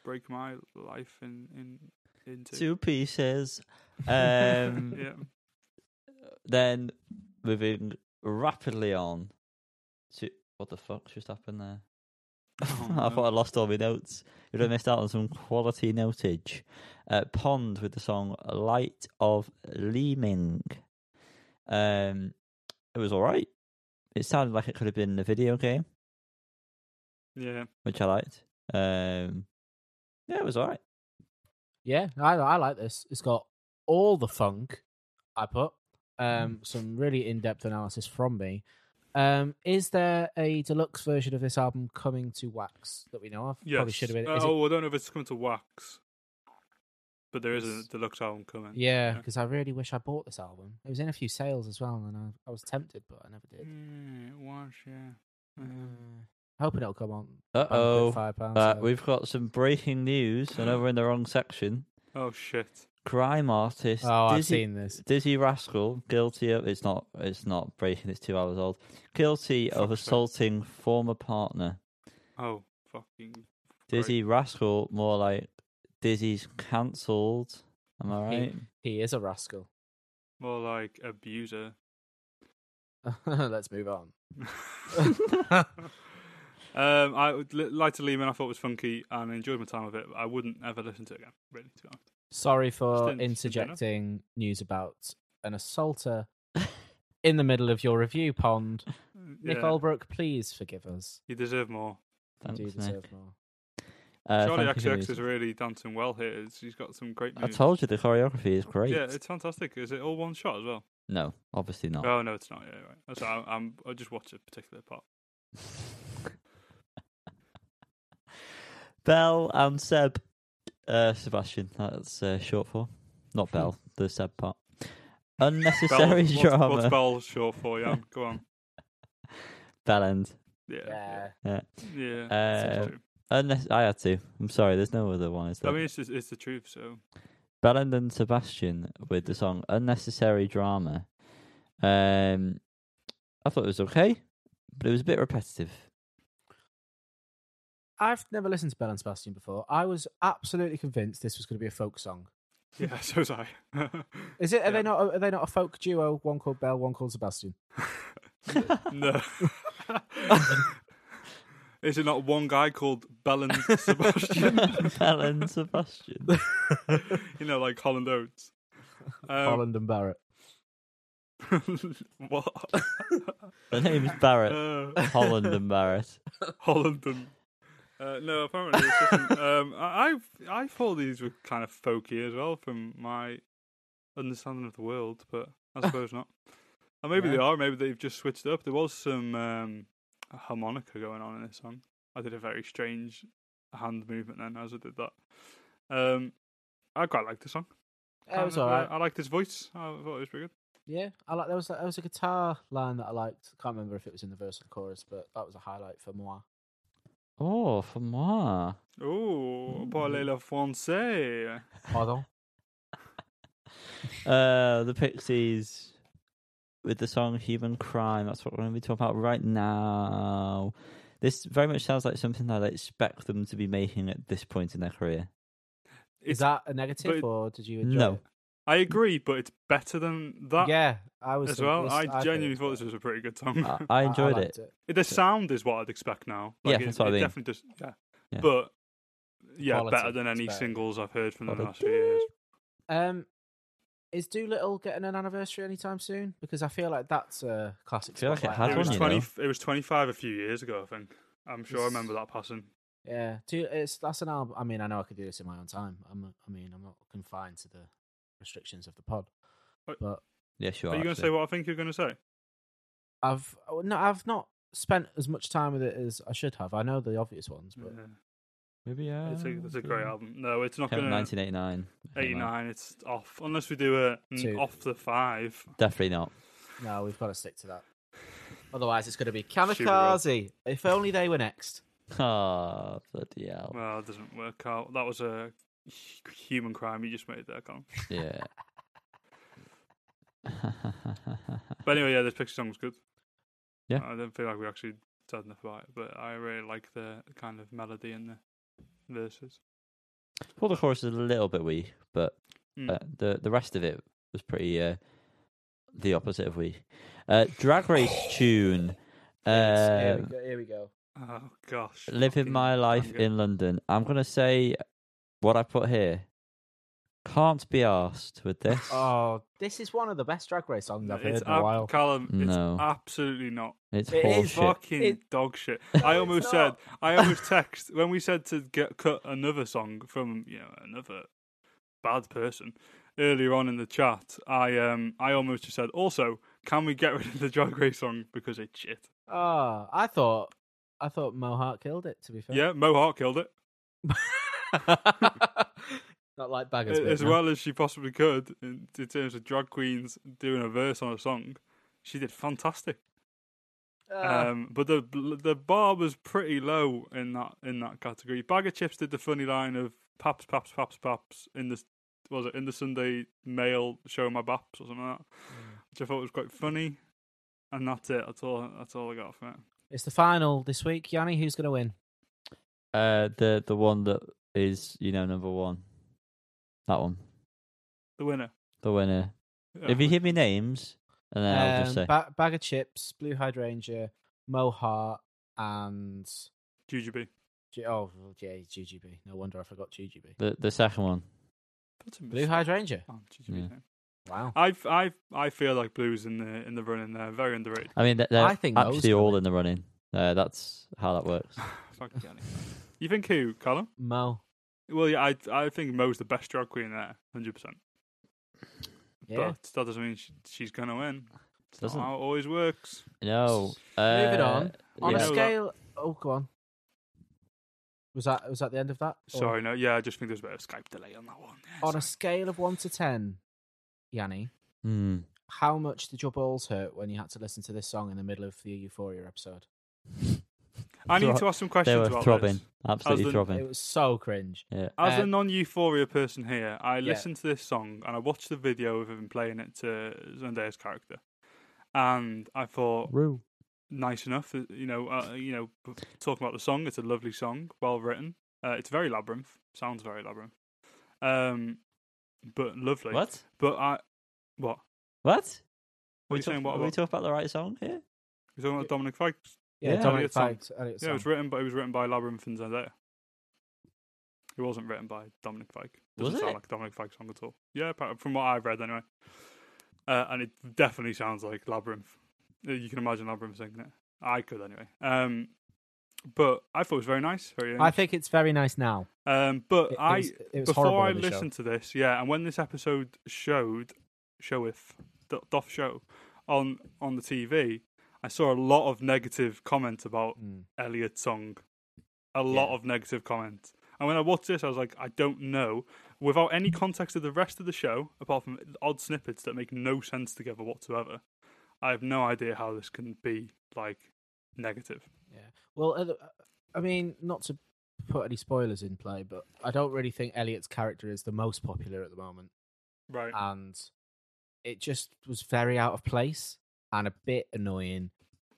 break my life in in into. [LAUGHS]
Two pieces. Um,
yeah,
Then moving rapidly on to what the fuck just happened there?
Oh,
[LAUGHS] I
no.
thought I lost all my notes. You would have missed out on some quality notage. Uh, Pond with the song "Light of Leeming." Um, it was all right. It sounded like it could have been a video game,
yeah.
which I liked. Um, yeah, it was all right.
Yeah, I, I like this. It's got all the funk I put. Um, some really in-depth analysis from me. Um, is there a deluxe version of this album coming to Wax that we know of?
Yes.
Probably should have been.
Uh,
is it-
oh, I don't know if it's coming to wax, but there is a
It's-
deluxe album coming.
yeah, because I really wish I bought this album. It was in a few sales as well, and I, I was tempted, but I never did.
Yeah, it was, yeah. Um,
Uh, hoping it'll come on.
Uh oh.
five pounds.
Uh, we've got some breaking news. I know we're in the wrong section.
oh shit!
Crime artist.
Oh, I've
Dizzy
seen this.
Dizzy Rascal guilty of it's not it's not breaking it's two hours old. Guilty of
Fuck's sake.
assaulting former partner.
Oh fucking great.
Dizzy Rascal more like Dizzy's cancelled. Am I
Yeah.
right?
He is a rascal. [LAUGHS]
More like abuser.
Let's move on.
[LAUGHS] Um, I would li- like to leave in. I thought it was funky and I enjoyed my time with it. but I wouldn't ever listen to it again, really. To be honest,
Sorry for
Just in- just in general.
interjecting news about an assaulter in the middle of your review
[LAUGHS]
pond.
Uh,
Nick
yeah,
Olbrook, please forgive us.
you deserve more.
You
Thanks,
do
Nick.
deserve more.
Uh,
Charlie
thank you for
XX
these.
is really dancing well here. It's- She's got some great.
I
Moves.
told you the choreography is great.
Yeah, it's fantastic. Is it all one shot as well?
no, obviously not.
Oh no, it's not. Yeah, right. That's I, I'm. I just watched a particular part.
[LAUGHS] Bell and Seb. Uh, Sebastian, that's uh, short for. Not
[LAUGHS]
Bell, the Seb part. Unnecessary
what's,
drama.
what's Bell short for? Yeah,
[LAUGHS]
go on.
Bell end.
Yeah,
Yeah.
yeah. yeah.
Uh,
it's true.
Unless I had to. I'm sorry, there's no other one, is there?
I mean, it's just, it's the truth.
[LAUGHS]
So
Bellend and Sebastian with the song Unnecessary Drama. Um I thought it was okay, but it was a bit repetitive. [LAUGHS]
I've never listened to Bell and Sebastian before. I was absolutely convinced this was going to be a folk song.
yeah, so was I. [LAUGHS]
Is it? Are
Yeah.
they not? Are they not a folk duo? One called Bell, one called Sebastian.
No. Is it not one guy called Belen
[LAUGHS]
Sebastian?
Bell and Sebastian.
you know, like Holland Oates. Um,
Holland and Barrett.
[LAUGHS] what?
The name's Barrett.
Uh,
Holland and Barrett.
Holland and. Uh, no, apparently it's different. [LAUGHS] Um, I I I thought these were kind of folky as well, from my understanding of the world, but
[LAUGHS]
I suppose not. Or maybe they
Yeah.
are. Maybe they've just switched up. There was some um, harmonica going on in this song. I did a very strange hand movement then as I did that. Um, I quite liked the song.
It was
I,
all right.
I liked his voice. I thought it was pretty good.
Yeah, I like. There was a, there was a guitar line that I liked. Can't remember if it was in the verse or the chorus, but that was a highlight for moi.
Oh, for moi.
Oh,
Mm.
parlez le français.
Pardon.
Uh the Pixies with the song Human Crime. That's what we're gonna be talking about right now. This very much sounds like something that I expect them to be making at this point in their career.
[LAUGHS] Is
It's-
that a
but
negative,
it-
or did you enjoy
No.
it?
I agree, but it's better than that
yeah, I was
as
thinking
well.
this-
I,
thought
genuinely
it
thought this was a pretty good song.
I, I enjoyed
liked
it.
[LAUGHS] the sound is what I'd expect now.
Ah. Yeah,
it,
that's what I
it
mean.
definitely does. Yeah,
Yeah.
but yeah,
Quality,
better than
it's
any
better.
singles I've heard from them the
Quality.
last few years.
Um, is Doolittle getting an anniversary anytime soon? Because I feel like that's a classic.
I feel like
spotlight
it had
album.
it was
one, you know.
twenty. It was twenty-five a few years ago, I think. I'm sure I
It's-
remember that passing.
Yeah, two, it's that's an album. I mean, I know I could do this in my own time. I'm, not- I mean, I'm not confined to the restrictions of the pod.
Wait.
But
Yeah, sure.
Are you going to
actually.
say what I think you're going to say?
I've oh, no, I've not spent as much time with it as I should have. I know the obvious ones, but
Yeah.
Maybe yeah.
It's, a, it's a great album. No, it's not
Came out
going
in
to
1989. I think, like,
89. It's off unless we do a mm,
Two.
off the five.
Definitely not.
no, we've got to stick to that. Otherwise, it's going to be
Should've
Kamikaze. If only they were next.
Ah,
[LAUGHS]
bloody hell.
Well, it doesn't work out. That was a hu- human crime you just made there, Colin.
[LAUGHS] Yeah.
But anyway, yeah, this Pixie song was good.
Yeah.
I don't feel like we actually said enough about it, but I really like the kind of melody in the verses.
well, the chorus is a little bit weak, but
Mm.
uh, the the rest of it was pretty uh, the opposite of weak. Uh, Drag Race tune.
Here
[LAUGHS] Uh,
we go. Here we go.
Oh gosh.
living
fucking
my life
banger.
in London. I'm gonna say what I put here. Can't be asked with this.
Oh, this is one of the best Drag Race songs I've heard
It's
in a
ab-
while.
Callum, it's
No.
absolutely not.
it's
it
horseshit.
is
Fucking
It-
dog
[LAUGHS]
shit. [LAUGHS] I almost said,
not.
I almost text when we said to get cut another song from you know another bad person earlier on in the chat. I um I almost just said also can we get rid of the Drag Race song because it's shit.
Oh, I thought, I thought Mohart killed it. To be fair,
Yeah, Mohart killed it
[LAUGHS] Not like baggers.
A- as well as she possibly could in, in terms of drag queens doing a verse on a song. She did fantastic.
Ah.
Um, but the the bar was pretty low in that in that category. Bag of Chips did the funny line of "paps, paps, paps, paps" in the was it in the Sunday Mail show my baps or something like that, which I thought was quite funny. And that's it. That's all. That's all I got from it.
it's the final this week. Yanni, who's going to win?
Uh, the the one that is you know number one. That one,
The winner. Uh,
the winner. If you give me names, and then I'll just
Um,
say
ba- bag of chips, blue hydrangea, mohart, and
Jujubee.
G- oh well, yeah, GGB. No wonder I forgot GGB.
the the second one.
That's a
Blue
mistake.
hydrangea.
Oh, Jujubee.
Yeah.
Wow.
I I I feel like Blues in the in the running there. Very underrated.
I mean, they're, they're
I think Mo's
actually
gonna
all
win.
in the running. Uh, that's how
[LAUGHS]
that works.
[SIGHS] Fucking hell. You think who, Colin?
Mo.
Well, yeah, I I think Mo's the best drag queen there, hundred percent.
Yeah.
But that doesn't mean she, she's gonna win. It's not
Doesn't
how it always works.
no. Uh,
Moving on. On
you
a
know that-
scale. Oh, go on. Was that was that the end of that?
Oh.
Or-
Sorry, no, yeah, I just think there's a bit of Skype delay on that one. Yeah,
On a
sorry.
scale of one to ten, Yanni,
Hmm.
how much did your balls hurt when you had to listen to this song in the middle of the Euphoria episode?
I need
Thro-
to ask some
They
questions
were
about
throbbing,
this.
absolutely
How's the-
It
throbbing.
was so cringe.
Yeah.
As
Uh,
a non-euphoria person here, I
Yeah.
listened to this song and I watched the video of him playing it to Zendaya's character, and I thought,
Rue.
nice enough, uh, you know, uh, you know, b- talking about the song, it's a lovely song, well written. Uh, it's very labyrinth, sounds very labyrinth, um, but lovely.
What?
But I, what?
What?
What are
we
you saying?
talk-
What?
are we
about?
talking about the right song here?
You're talking about Dominic Fike?
Yeah,
Yeah,
Dominic
it's on-
Fike. and it's
Yeah, it
on.
was written, but it was written by Labyrinth and Zendaya. It wasn't written by Dominic Fike. Doesn't
Was
sound
it?
like a Dominic Fike song at all. Yeah, appa- from what I've read anyway. Uh, and it definitely sounds like Labyrinth. Uh, You can imagine Labyrinth singing it. I could anyway. Um, but I thought it was very nice. Very
I
nice.
think it's very nice now.
Um, but
It, it
I
was, it was horrible
before I
in the show.
listened to this, yeah, and when this episode showed, showeth, do- doth show, on on the TV, I saw a lot of negative comments about
Mm.
Elliot song. A lot
Yeah.
of negative comments. And when I watched this, I was like, I don't know. Without any context of the rest of the show, apart from odd snippets that make no sense together whatsoever, I have no idea how this can be like negative.
Yeah. Well, uh, I mean, not to put any spoilers in play, but I don't really think Elliot's character is the most popular at the moment,
Right.
and it just was very out of place and a bit annoying,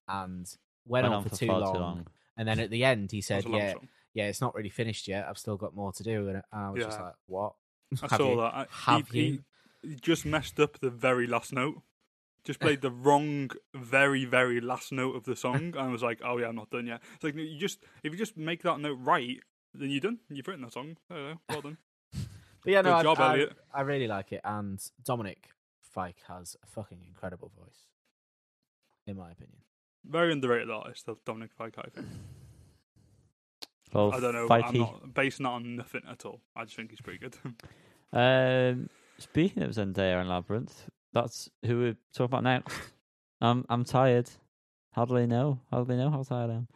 and went, on, for, too,
far
long. And then at the end, he said,
That's a long
"Yeah,
song.
yeah, it's not really finished yet. I've still got more to do." And I was just
Yeah.
like, "What?" [LAUGHS]
I
Have
saw
you?
that. I,
Have
he- he-
you?
you just messed up the very last note. Just played the wrong, very, very last note of the song, and was like, "Oh yeah, I'm not done yet." It's like you just if you just make that note right, then you're done. You've written that song. There you go. Well done.
But yeah, no,
Good
I,
job,
I,
Elliot.
I really like it, and Dominic Fike has a fucking incredible voice, in my opinion.
Very underrated artist, Dominic Fike. I, think.
Well,
I don't know.
Fikey.
I'm not based not on nothing at all. I just think he's pretty good. [LAUGHS]
Um, speaking of Zendaya and Labyrinth, that's who we're talking
[LAUGHS]
about now. I'm I'm tired. How do they know? How do they know how
[LAUGHS]
tired I am?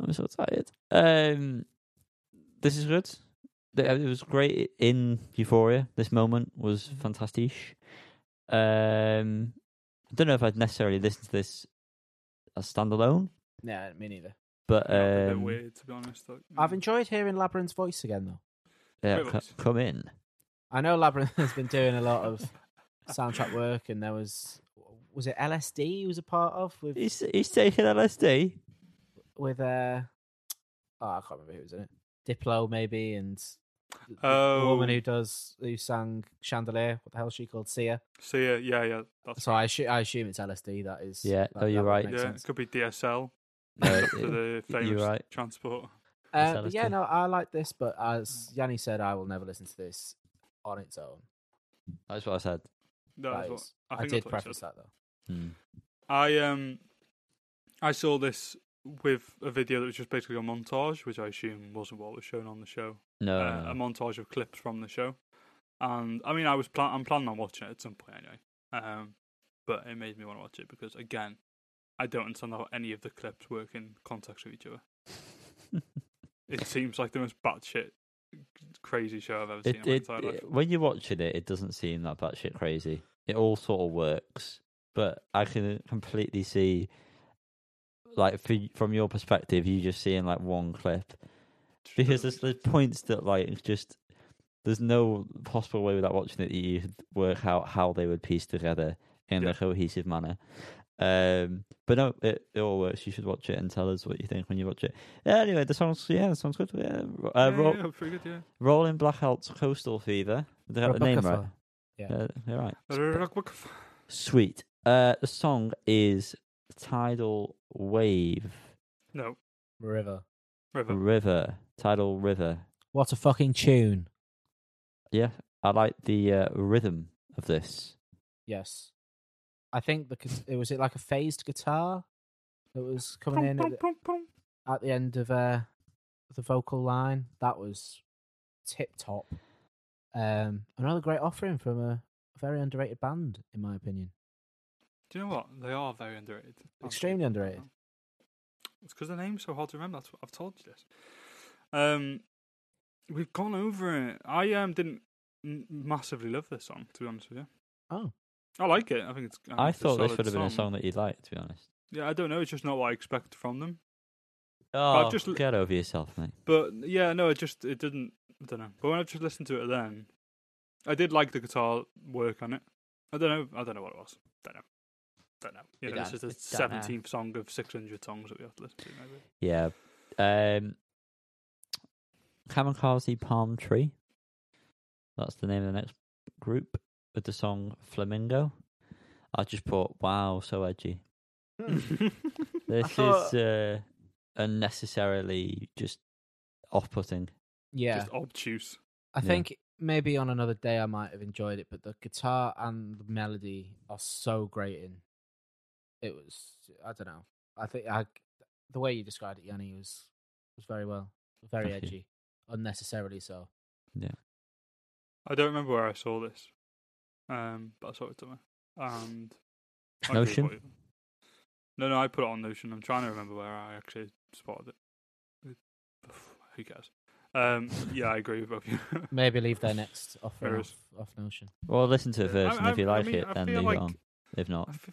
I'm so tired. Um, this is good. The- It was great in Euphoria. This moment was
Mm-hmm.
fantastic. Um, I don't know if I'd necessarily listen to this as standalone,
Yeah, me neither.
but
a bit
um,
weird, to be honest. Like,
I've
mm.
enjoyed hearing Labyrinth's voice again, though.
yeah,
Great
co-
voice.
come in.
I know Labyrinth [LAUGHS] has been doing a lot
[LAUGHS]
of soundtrack work, and there was was it LSD he was a part of with
He's he's taking LSD.
[LAUGHS]
with uh oh, I can't remember who was in it. Diplo maybe, and the- the woman
Oh.
who does who sang Chandelier. What the hell is she called? Sia.
So yeah, yeah, yeah. That's
So I, assu- I assume it's LSD. That is.
Yeah,
That,
oh, you're
that would
right.
make
yeah.
sense.
It could be DSL
No,
[LAUGHS] for
it-
the famous
right.
transport.
Uh,
It's
but yeah,
LSD.
no, I like this, but as Yanni said, I will never listen to this on its own.
that's what I said.
That
That
is what-
is-
I,
I,
think
did
that's what he
preface
said.
that though.
Hmm.
I um, I saw this with a video that was just basically a montage, which I assume wasn't what was shown on the show.
No,
uh,
no,
a
[LAUGHS] no.
montage of clips from the show, and I mean, I was plan- I'm planning on watching it at some point anyway. Um, but it made me want to watch it because again, I don't understand how any of the clips work in context with each other. It seems like the most batshit crazy show I've ever seen
it,
in my
it,
entire life.
it- when you're watching it, it doesn't seem that batshit crazy. It all sort of works, but I can completely see, like, for, from your perspective, you just seeing like one clip
Just
because
really-
there's, there's points that like it's just there's no possible way without watching it that you could work out how they would piece together in
Yeah.
a cohesive manner. Um, but no, it, it all works. You should watch it and tell us what you think when you watch it. Yeah, anyway, the song's yeah, the song's good. Yeah, uh,
yeah,
Ro-
yeah, pretty good, yeah.
Rolling Blackout's Coastal Fever. Did I get the name
Rebecca
right?
Fa- yeah.
Yeah, you're right.
Rock-
Sweet. Uh, the song is Tidal Wave
No,
River.
River.
River. Tidal River.
What a fucking tune.
Yeah, I like the uh, rhythm of this.
Yes. I think the gu- it was it like a phased guitar that was coming in at the, at the end of uh, the vocal line. That was tip top. Um, another great offering from a very underrated band, in my opinion.
Do you know what? They are very underrated. aren't they?
Extremely underrated.
It's because the name's so hard to remember. That's what I've told you this. Um, we've gone over it. I um didn't m- massively love this song, to be honest with you.
Oh,
I like it. I think it's. think
I
it's a
thought this
solid
would have been a song that you'd like, to be honest.
Yeah, I don't know. It's just not what I expected from them.
Oh,
just l-
get over yourself, mate.
But yeah, no, it just it didn't. I don't know. But when I just listened to it then, I did like the guitar work on it. I don't know. I don't know what it was. Don't know. Don't know. You
We
know, this
don't-
is the
we don't know.
seventeenth song of six hundred songs that we have to listen to. Maybe.
Yeah. Um, Kamikaze Palm Tree. That's the name of the next group with the song Flamingo. I just put, wow, so edgy. [LAUGHS] This
Hmm. thought-
is uh, unnecessarily just off putting.
yeah.
Just obtuse.
I
Yeah.
think maybe on another day I might have enjoyed it, but the guitar and the melody are so great in. It was I don't know. I think I the way you described it, Yanni, was was very well, very
Thank you.
edgy, unnecessarily so.
I don't remember where I saw this, um, but I saw it somewhere. And I agree with
Notion?
what you- No, no, I put it on Notion. I'm trying to remember where I actually spotted it. It- Who cares? Um, yeah, I agree with both of you. [LAUGHS]
Maybe leave their
[LAUGHS]
next
Fair
offer off,
is.
off Notion.
Well, listen to it
I-
first, and if
I-
you
I
like
mean,
it,
I
then
feel
leave
like-
it on. If not,
I f-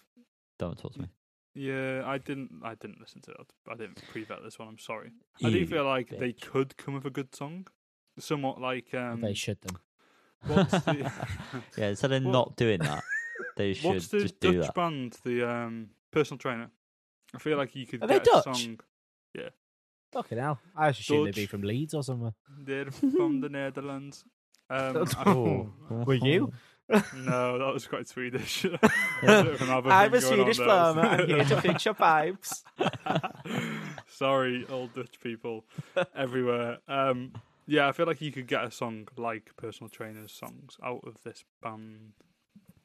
don't talk to me.
yeah, I didn't. I didn't listen to it. I didn't pre-vet this one. I'm sorry. I do
You
feel like they
bitch.
could come with a good song, somewhat like um.
they should them.
what's
[LAUGHS]
the- [LAUGHS]
Yeah, instead of
What-
not doing that, they
[LAUGHS]
should
What's the
just
Dutch
do that.
band? The um, personal trainer. I feel like you could
Are they
get a
Dutch?
song.
Fucking hell! I assume they'd be
Dodge.
from
[LAUGHS]
Leeds or somewhere.
They're from the Netherlands. Um, [LAUGHS]
That's
I-
[LAUGHS]
cool. Oh. Were you?
No, that was
[LAUGHS]
quite Swedish. [LAUGHS]
I'm a Swedish plumber. I'm here to fix your pipes.
[LAUGHS]
[LAUGHS]
Sorry, old Dutch people everywhere. Um, yeah, I feel like you could get a song like Personal Trainer's songs out of this band.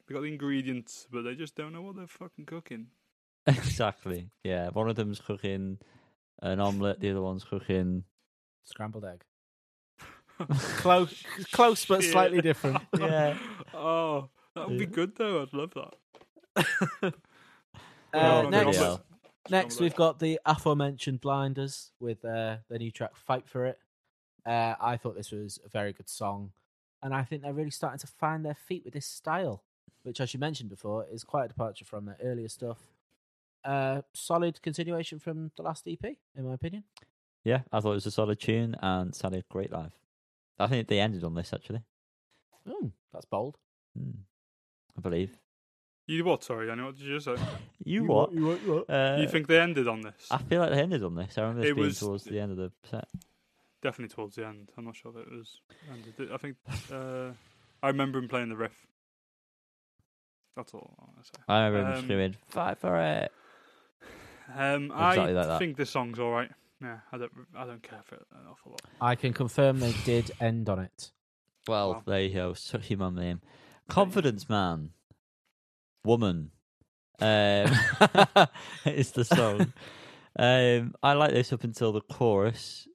They got the ingredients, but they just don't know what they're fucking cooking.
exactly. Yeah. One of them's cooking an omelette. The other
[LAUGHS]
one's cooking.
Scrambled egg.
Close, close but
Shit.
slightly different.
Yeah.
Oh, that would be
Yeah.
good though. I'd love that.
Uh,
Oh,
next,
yeah.
next we've got the aforementioned Blinders with uh, their new track "Fight for It." Uh, I thought this was a very good song, and I think they're really starting to find their feet with this style, which, as you mentioned before, is quite a departure from their earlier stuff. Uh, solid continuation from the last EP, in my opinion.
Yeah. I thought it was a solid tune and sounded great live. I think they ended on this actually.
Ooh, that's bold.
Hmm. I believe.
You what? Sorry, Danny. What did you just say?
You, what?
You what? You what?
Uh,
you think they ended on this?
I feel like they ended on this. I remember this
It
being
was-
towards the end of the set.
Definitely towards the end. I'm not sure if it was. Ended. I think. Uh, I remember him playing the riff. That's all I want to say.
I remember him
Um,
screaming, "Fight for it!"
Um,
Exactly
I
like that.
think this song's all right. Yeah, I don't. I don't care for it an awful lot.
I can confirm they did end on [LAUGHS]
[LAUGHS]
it.
Well,
Wow.
there you go. Such your mum name. Confidence man. Woman. Um, it's the song. um, I like this up until the chorus.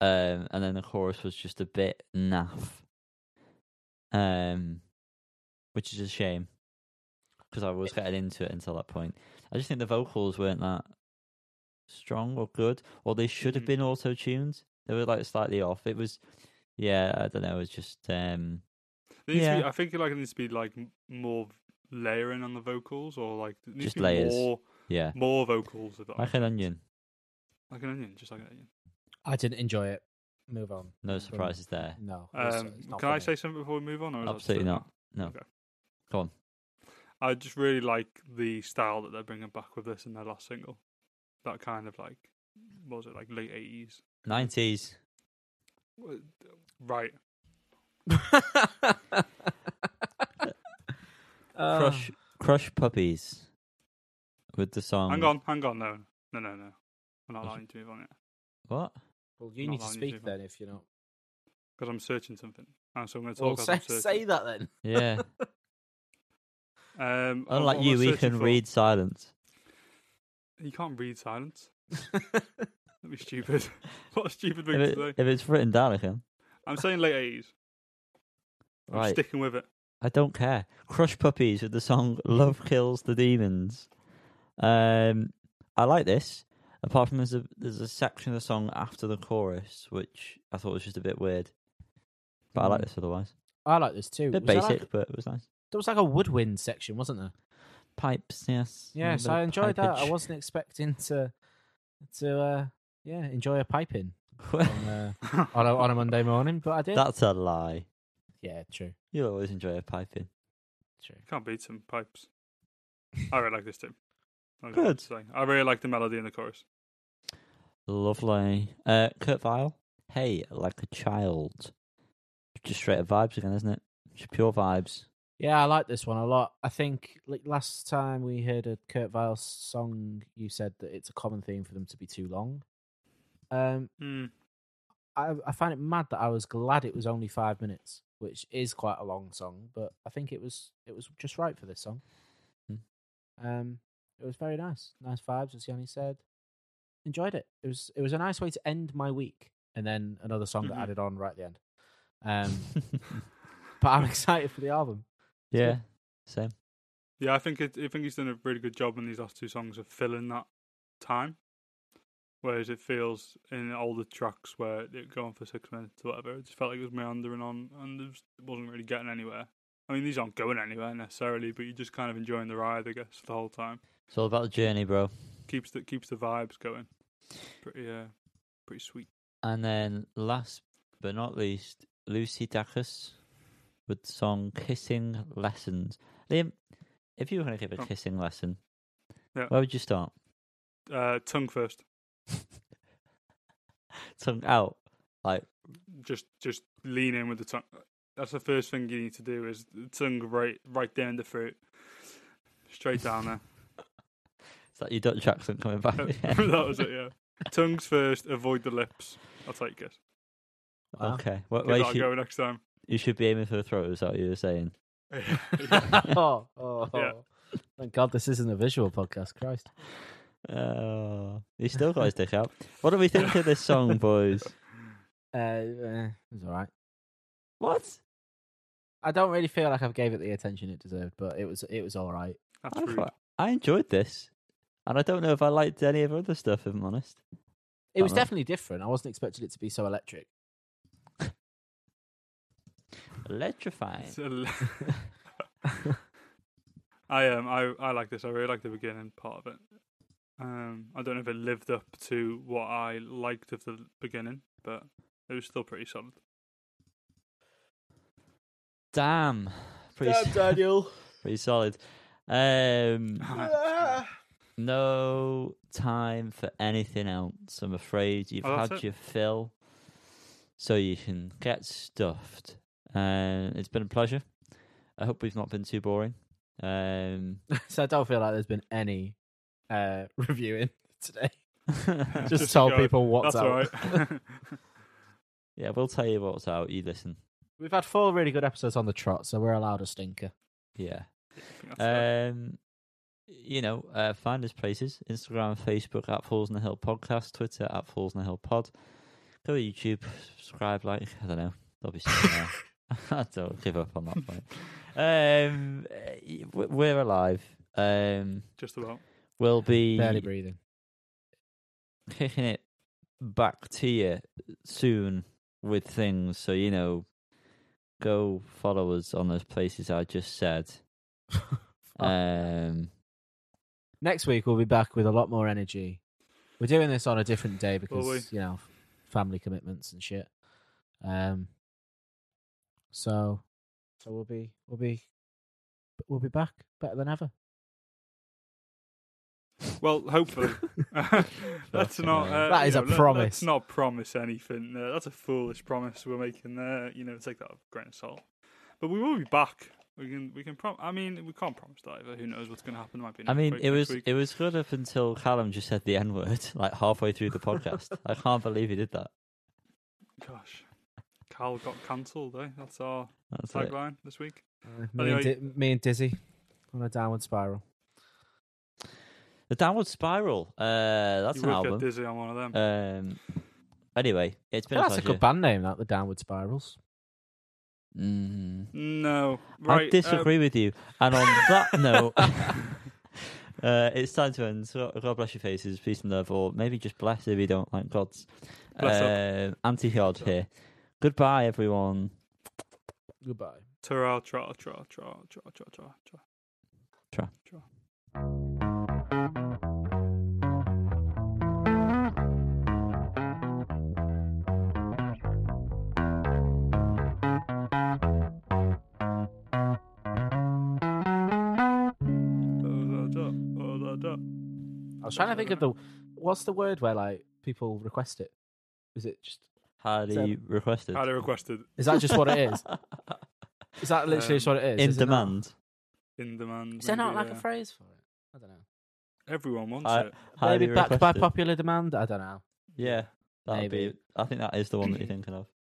Um, and then the chorus was just a bit naff. Um, which is a shame. Because I was getting into it until that point. I just think the vocals weren't that strong or good. Or they should have
Mhm.
been auto tuned. They were like slightly off. It was yeah, I don't know. It's just um,
There needs to be,
Yeah.
I think like it needs to be like m- more layering on the vocals, or like there needs
Just
to be
layers.
more
yeah,
more vocals. If that
like an onion.
like an onion, just like an onion.
I didn't enjoy it. Move on.
No
Um,
surprises there.
No. it's-
Um,
it's not
can I
for me.
say something before we move on? Or is that just
Absolutely
it?
not. No.
Okay.
Go on.
I just really like the style that they're bringing back with this in their last single. That kind of like, what was it like late eighties?
Nineties.
Right.
Uh,
Crush
Oh.
Crush Puppies. With the song
hang on, hang on. No, no, no, no. I'm not
Okay.
allowing you to move on it
What?
Well, you need to
Not allowing you to
speak
move on.
then if you're not.
because I'm searching something. And so I'm going to
Well,
talk. as I'm
say,
searching.
say that then.
Yeah.
Um, what-
Unlike
what [LAUGHS]
you,
I'm
we
searching
can
for-
read silence.
You can't read silence. That'd be
[LAUGHS]
stupid. [LAUGHS] what a stupid
If,
thing
it-
to say.
if it's written down, I can.
I'm saying late eighties. I'm
Right.
sticking with it.
I don't care. Crush Puppies with the song Love Kills the Demons. Um, I like this. Apart from there's a there's a section of the song after the chorus which I thought was just a bit weird, but I like this otherwise.
I like this too.
A bit
Hmm. Was there
basic,
Like,
but it was nice.
there was like a woodwind section, wasn't there?
Pipes, yes. a
Yes,
bit
I
of
enjoyed that. I
pipage.
wasn't expecting to to uh yeah enjoy a piping
[LAUGHS]
on
[LAUGHS]
uh, on, a, on a Monday morning, but I did.
That's a lie.
Yeah, true,
You'll always enjoy a piping.
true.
Can't beat some pipes. I really like this too. I was about
Good.
to say. I really like the melody in the chorus.
Lovely. Uh, Kurt Vile. Hey, like a child. Just straight up vibes again, isn't it? Just pure vibes.
Yeah, I like this one a lot. I think like last time we heard a Kurt Vile song, you said that it's a common theme for them to be too long. Um,
Mm.
I, I find it mad that I was glad it was only five minutes, which is quite a long song, but I think it was it was just right for this song.
Hmm.
Um, it was very nice, nice vibes, as Yanni said. Enjoyed it. It was it was a nice way to end my week, and then another song
Mhm.
that added on right at the end.
[LAUGHS]
Um, but I'm [LAUGHS] excited for the album.
yeah, same.
Yeah, I think it, I think he's done a really good job in these last two songs of filling that time. Whereas it feels in all the tracks where it go on for six minutes or whatever, it just felt like it was meandering on and it just wasn't really getting anywhere. I mean, these aren't going anywhere necessarily, but you're just kind of enjoying the ride, I guess, the whole time.
It's all about the journey, bro.
Keeps the keeps the vibes going. Pretty uh, pretty sweet.
And then last but not least, Lucy Dacus with the song Kissing Lessons. Liam, if you were going to give a
Oh.
kissing lesson,
Yeah.
where would you start?
Uh, tongue first,
Tongue out. Like,
just just lean in with the tongue. that's the first thing you need to do is tongue right right down the throat, straight down there.
Is that your Dutch accent coming back? again?
[LAUGHS] that was it. Yeah, tongues first. Avoid the lips. I'll take it.
Wow.
Okay. Well,
Give that
well, you,
a
should,
go next time. [LAUGHS]
you should be aiming for the throat, is that what you were saying?
[LAUGHS] oh, oh,
Yeah.
oh. Thank God this isn't a visual podcast. Christ.
Oh, he's still got his dick out. What do we think of this [LAUGHS] song, boys?
Uh, eh, it's all right.
What?
I don't really feel like I've gave it the attention it deserved, but it was it was all right.
That's
I,
rude.
thought- I enjoyed this, and I don't know if I liked any of her other stuff. If I'm honest,
It was
Alright.
definitely different. I wasn't expecting it to be so electric.
electrifying.
It's a l- [LAUGHS] I um I I like this. I really like the beginning part of it. Um, I don't know if it lived up to what I liked of the beginning, but it was still pretty solid. [LAUGHS]
Damn,
[LAUGHS]
pretty, s-
Daniel.
[LAUGHS] pretty solid. Um,
oh,
no time for anything else. I'm afraid you've
Oh, that's
had
it.
your fill, so you can get stuffed. Um, it's been a pleasure. I hope we've not been too boring.
[LAUGHS]
Um, [LAUGHS]
so I don't feel like there's been any uh, [LAUGHS] reviewing [LAUGHS] today. Just,
Just
told
go,
people what's
that's
out.
all right. [LAUGHS]
yeah, we'll tell you what's out. You listen.
We've had four really good episodes on the trot, so we're allowed a stinker.
Yeah.
That's all
Uh,
right.
Um, you know, uh, find us places Instagram, Facebook at Falls in the Hill Podcast, Twitter at Falls in the Hill Pod. Go to YouTube, subscribe, like, I don't know. There'll be something there. [LAUGHS] I don't give up on that point. Um, eh, w- we're alive. Um,
Just about.
we'll be
Barely breathing.
kicking it back to you soon with things. So, you know, go follow us on those places I just said. Um,
Next week we'll be back with a lot more energy. We're doing this on a different day because
we?
you know family commitments and shit. Um, so so we'll be we'll be we'll be back better than ever.
Well,
[LAUGHS]
[LAUGHS] hopefully.
Uh,
that's
Fucking
not.
hell.
Uh,
That
you
is a
know, let-
promise.
Let's not promise anything. There. That's a foolish promise we're making there. You know, take that with a grain of salt. But we will be back. We can. We can. Prom- I mean, we can't promise that either. Who knows what's going to happen? Might be.
I
next
mean,
week,
it
next
was
week.
it was good up until Callum just said the N word [LAUGHS] like halfway through the podcast. I can't believe he did that.
Gosh, Cal got cancelled. Eh? That's our
That's it.
tagline this week.
Uh, me, and Di- me and Dizzy on a downward spiral.
The Downward Spiral. Uh, that's
you
an
would get
album.
dizzy on one of them.
Um, anyway, it's been
Well,
a
that's a
pleasure.
good band name, that the Downward Spirals.
Mm.
no, right. uh,
I
um,
disagree with you. And on
[LAUGHS]
that note, [LAUGHS] uh, it's time to end. So God bless your faces, peace and love, or maybe just bless if you don't like gods.
Bless
Um, Anti-God here. Goodbye, everyone.
Goodbye.
Tra tra tra tra tra tra tra tra. Oh, da, da, oh, da, da.
I was trying to think of the what's the word where like people request it. Is it just
Highly
Seven.
requested.
Highly requested
is that just what it is? Is that literally just what it is?
In
Is it not-
demand.
in demand.
Is there not
maybe,
like
yeah.
a phrase for it? I don't know.
Everyone wants
I-
it.
highly
Maybe backed by
requested.
popular demand. I don't know.
Yeah, that'd
Maybe. [CLEARS THROAT]
be. I think that is the one that you're thinking of.